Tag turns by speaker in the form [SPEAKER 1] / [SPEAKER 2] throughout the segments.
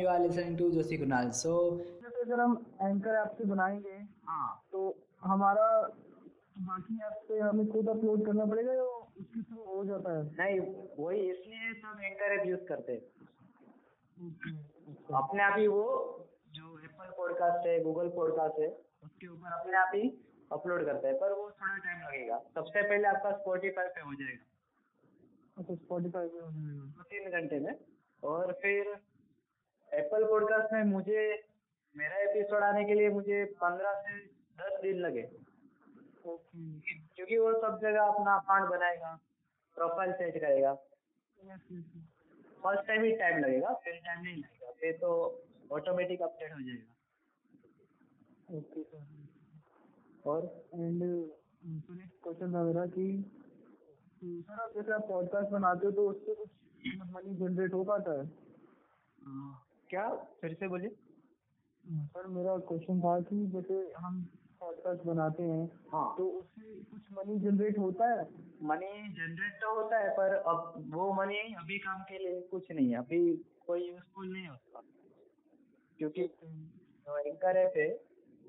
[SPEAKER 1] You are listening to Josie Kunal. So,
[SPEAKER 2] जैसे अगर हम एंकर ऐप से बनाएंगे
[SPEAKER 1] हाँ।
[SPEAKER 2] तो हमारा बाकी ऐप पे हमें खुद अपलोड करना पड़ेगा या उसके थ्रू हो जाता है
[SPEAKER 3] नहीं वही इसलिए तो सब एंकर ऐप यूज करते हैं
[SPEAKER 2] अच्छा।
[SPEAKER 3] अपने आप ही वो जो एप्पल पॉडकास्ट है गूगल पॉडकास्ट है उसके ऊपर अपने आप ही अपलोड करते हैं पर वो थोड़ा टाइम लगेगा सबसे पहले आपका स्पॉटिफाई पे हो जाएगा
[SPEAKER 2] अच्छा स्पॉटिफाई पे हो जाएगा
[SPEAKER 3] दो तीन घंटे में और फिर एप्पल पॉडकास्ट में मुझे मेरा एपिसोड आने के लिए मुझे पंद्रह से दस दिन लगे
[SPEAKER 2] ओके
[SPEAKER 3] क्योंकि वो सब जगह अपना अकाउंट बनाएगा प्रोफाइल सेट करेगा फर्स्ट टाइम ही टाइम लगेगा फिर टाइम नहीं लगेगा फिर तो ऑटोमेटिक अपडेट हो जाएगा
[SPEAKER 2] ओके सर
[SPEAKER 3] और
[SPEAKER 2] एंड um, क्वेश्चन था मेरा कि सर आप जैसे आप पॉडकास्ट बनाते हो तो उससे कुछ मनी जनरेट हो पाता है
[SPEAKER 3] हाँ। क्या फिर से बोलिए
[SPEAKER 2] सर मेरा क्वेश्चन था कि जैसे हम पॉडकास्ट बनाते हैं
[SPEAKER 3] हाँ
[SPEAKER 2] तो उससे कुछ मनी जनरेट होता है
[SPEAKER 3] मनी जनरेट तो होता है पर अब वो मनी अभी काम के लिए कुछ नहीं है अभी कोई यूजफुल नहीं है उसका क्योंकि जो एंकर ऐप है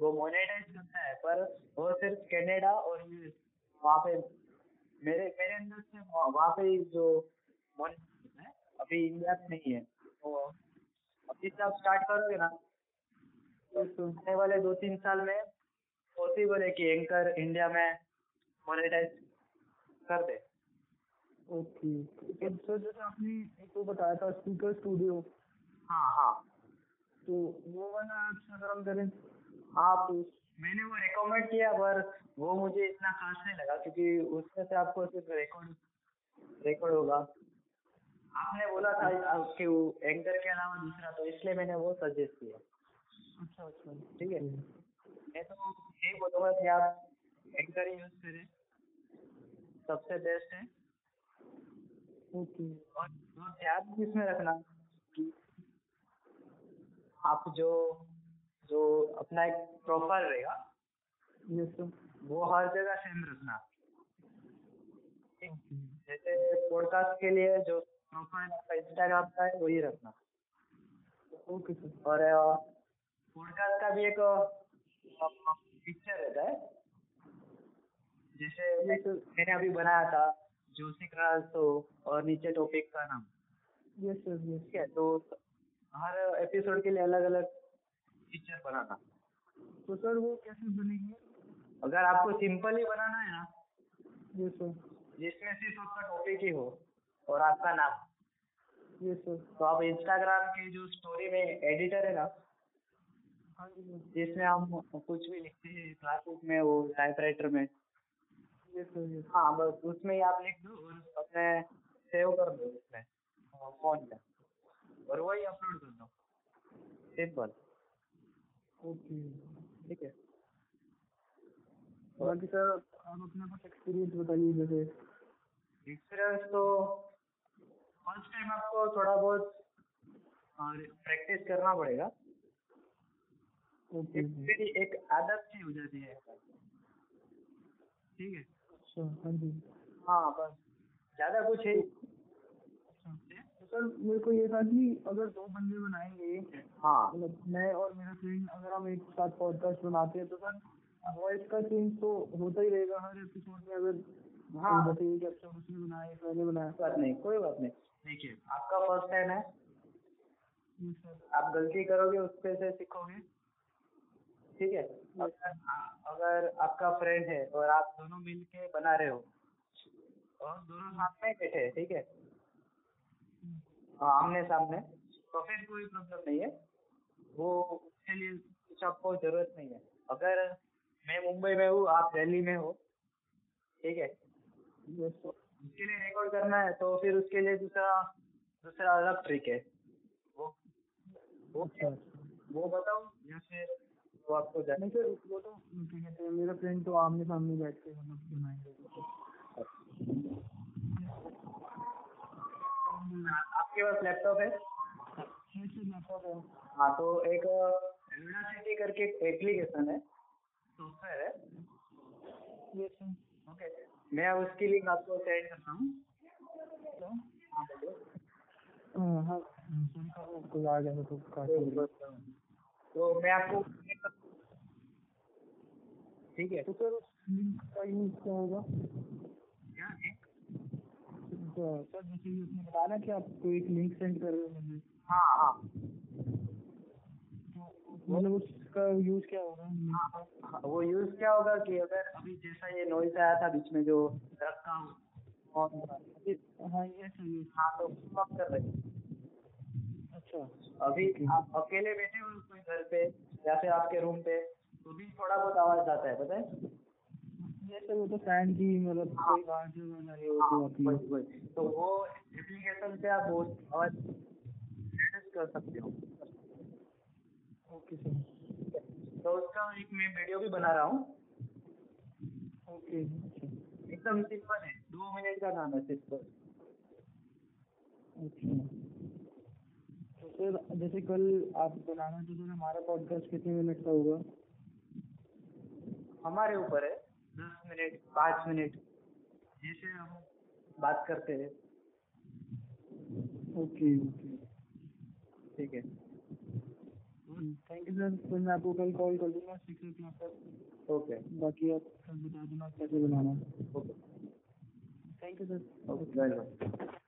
[SPEAKER 3] वो मोनेटाइज करता है पर वो सिर्फ कनाडा और यूएस वहाँ पे मेरे मेरे अंदर से वहाँ वहाँ पे जो मोनेटाइज होता है अभी इंडिया में नहीं है तो अभी से आप स्टार्ट करोगे ना
[SPEAKER 2] तो
[SPEAKER 3] आने वाले दो तीन साल में पॉसिबल है कि एंकर इंडिया में मोनेटाइज कर दे
[SPEAKER 2] ओके तो सर जैसे आपने एक वो बताया था स्पीकर स्टूडियो
[SPEAKER 3] हाँ हाँ
[SPEAKER 2] तो वो वाला ऐप अगर हम करें
[SPEAKER 3] आप मैंने वो रिकमेंड किया पर वो मुझे इतना खास नहीं लगा क्योंकि उसमें से आपको सिर्फ रिकॉर्ड रिकॉर्ड होगा आपने बोला था आप- कि वो एंकर के अलावा दूसरा तो इसलिए मैंने वो सजेस्ट किया
[SPEAKER 2] अच्छा अच्छा हम्म।
[SPEAKER 3] ठीक है मैं तो यही बोलूंगा कि आप एंकर ही यूज करें सबसे बेस्ट है
[SPEAKER 2] ओके
[SPEAKER 3] और जो ध्यान इसमें रखना कि आप जो जो अपना एक प्रोफाइल रहेगा
[SPEAKER 2] यस सर
[SPEAKER 3] वो हर जगह सेम रखना जैसे पॉडकास्ट के लिए जो प्रोफाइल आपका इंस्टाग्राम का है वही रखना
[SPEAKER 2] ओके सर
[SPEAKER 3] और पॉडकास्ट का भी एक पिक्चर रहता है जैसे
[SPEAKER 2] जी सर।
[SPEAKER 3] मैंने अभी बनाया था जोशी क्रास तो और नीचे टॉपिक का नाम
[SPEAKER 2] यस सर यस
[SPEAKER 3] ठीक है तो हर एपिसोड के लिए अलग अलग पिक्चर बनाना
[SPEAKER 2] तो सर वो कैसे बनेगी
[SPEAKER 3] अगर आपको सिंपल ही बनाना है ना
[SPEAKER 2] यस सर
[SPEAKER 3] जिसमें सिर्फ आपका टॉपिक ही हो और आपका नाम
[SPEAKER 2] यस सर
[SPEAKER 3] तो आप इंस्टाग्राम के जो स्टोरी में एडिटर है ना
[SPEAKER 2] हाँ जी सर
[SPEAKER 3] जिसमें हम कुछ भी लिखते हैं क्लासरूम में वो टाइपराइटर में
[SPEAKER 2] यस सर यस
[SPEAKER 3] हाँ बस उसमें ही आप लिख दो और अपने सेव कर दो उसमें फोन पे और वही अपलोड कर दो सिंपल
[SPEAKER 2] ओके
[SPEAKER 3] ठीक है
[SPEAKER 2] बाकी सर आप अपना कुछ एक्सपीरियंस बताइए जैसे
[SPEAKER 3] एक्सपीरियंस तो फर्स्ट टाइम आपको थोड़ा बहुत और प्रैक्टिस करना पड़ेगा
[SPEAKER 2] ओके हम्म,
[SPEAKER 3] एक फिर एक आदत सी हो जाती है ठीक है
[SPEAKER 2] अच्छा हाँ जी
[SPEAKER 3] हाँ बस ज्यादा कुछ है
[SPEAKER 2] अच्छा तो सर मेरे को ये था कि अगर दो बंदे बनाएंगे
[SPEAKER 3] हाँ
[SPEAKER 2] मतलब मैं और मेरा फ्रेंड अगर हम एक साथ पॉडकास्ट बनाते हैं तो सर वॉइस का चेंज तो होता ही रहेगा हर एपिसोड में अगर
[SPEAKER 3] हाँ।
[SPEAKER 2] कोई बताइए कि अच्छा उसने बनाया एक मैंने बनाया
[SPEAKER 3] बात नहीं कोई बात नहीं देखिए आपका फर्स्ट टाइम है
[SPEAKER 2] जी सर
[SPEAKER 3] आप गलती करोगे उस पे से सीखोगे ठीक है अगर हाँ, अगर आपका फ्रेंड है और आप दोनों मिल के बना रहे हो और दोनों साथ में बैठे हैं, ठीक है हाँ, आमने सामने तो फिर कोई प्रॉब्लम नहीं है वो उसके लिए कुछ आपको जरूरत नहीं है अगर मैं मुंबई में हूँ आप दिल्ली में हो ठीक है
[SPEAKER 2] यस सर
[SPEAKER 3] उसके लिए रिकॉर्ड करना है तो फिर उसके लिए दूसरा दूसरा अलग ट्रिक है वो वो
[SPEAKER 2] अच्छा
[SPEAKER 3] वो बताऊं या फिर वो आपको जाने
[SPEAKER 2] नहीं सर वो तो क्या कहते हैं मेरा फ्रेंड तो आमने सामने बैठ के मतलब बनाएंगे
[SPEAKER 3] आपके पास लैपटॉप है
[SPEAKER 2] ये सर लैपटॉप है
[SPEAKER 3] हाँ तो एक यूनिवर्सिटी करके एप्लीकेशन है सॉफ्टवेयर है
[SPEAKER 2] यस सर
[SPEAKER 3] ओके मैं उसकी लिंक आपको सेंड करता हूँ
[SPEAKER 2] हेलो
[SPEAKER 3] हाँ बोलिए
[SPEAKER 2] हाँ हाँ कोई आ गया तो काट
[SPEAKER 3] तो
[SPEAKER 2] देंगे।
[SPEAKER 3] तो मैं आपको ठीक है
[SPEAKER 2] तो सर उस लिंक का यूज क्या होगा
[SPEAKER 3] क्या है?
[SPEAKER 2] तो सर जैसे ये उसने बताया ना कि आपको एक लिंक सेंड कर रहे हैं
[SPEAKER 3] हाँ हाँ
[SPEAKER 2] मतलब उसका यूज क्या होगा
[SPEAKER 3] हाँ, हाँ, वो यूज क्या होगा कि अगर अभी जैसा ये नॉइस आया था बीच में जो रखा हो on था,
[SPEAKER 2] हाँ ये सही
[SPEAKER 3] हाँ तो stop कर रहे
[SPEAKER 2] है। अच्छा
[SPEAKER 3] अभी आप अकेले बैठे हो कोई घर पे या फिर आपके रूम पे तो भी थोड़ा बहुत आवाज आता है पता है
[SPEAKER 2] ये सर वो तो फैन की मतलब कोई बाहर से वो ना रही हो तो आती है
[SPEAKER 3] हाँ, वही, वही। तो वो एप्लीकेशन से आप वो आवाज reduce कर सकते हो
[SPEAKER 2] ओके सर
[SPEAKER 3] तो उसका एक मैं वीडियो भी बना रहा हूँ
[SPEAKER 2] ओके अच्छा
[SPEAKER 3] एकदम सिंपल है दो मिनट का काम है सिंपल
[SPEAKER 2] अच्छा तो सर जैसे कल आप बनाना तो सर हमारा पॉडकास्ट कितने मिनट का होगा
[SPEAKER 3] हमारे ऊपर है दस मिनट पाँच मिनट जैसे हम बात करते हैं
[SPEAKER 2] ओके ओके
[SPEAKER 3] ठीक है
[SPEAKER 2] थैंक यू सर फिर मैं आपको कल कॉल कर दूंगा सिक्स ओ क्लॉक तक
[SPEAKER 3] ओके
[SPEAKER 2] बाकी आप कल बता देना कैसे बनाना है
[SPEAKER 3] okay
[SPEAKER 2] thank you sir
[SPEAKER 3] okay welcome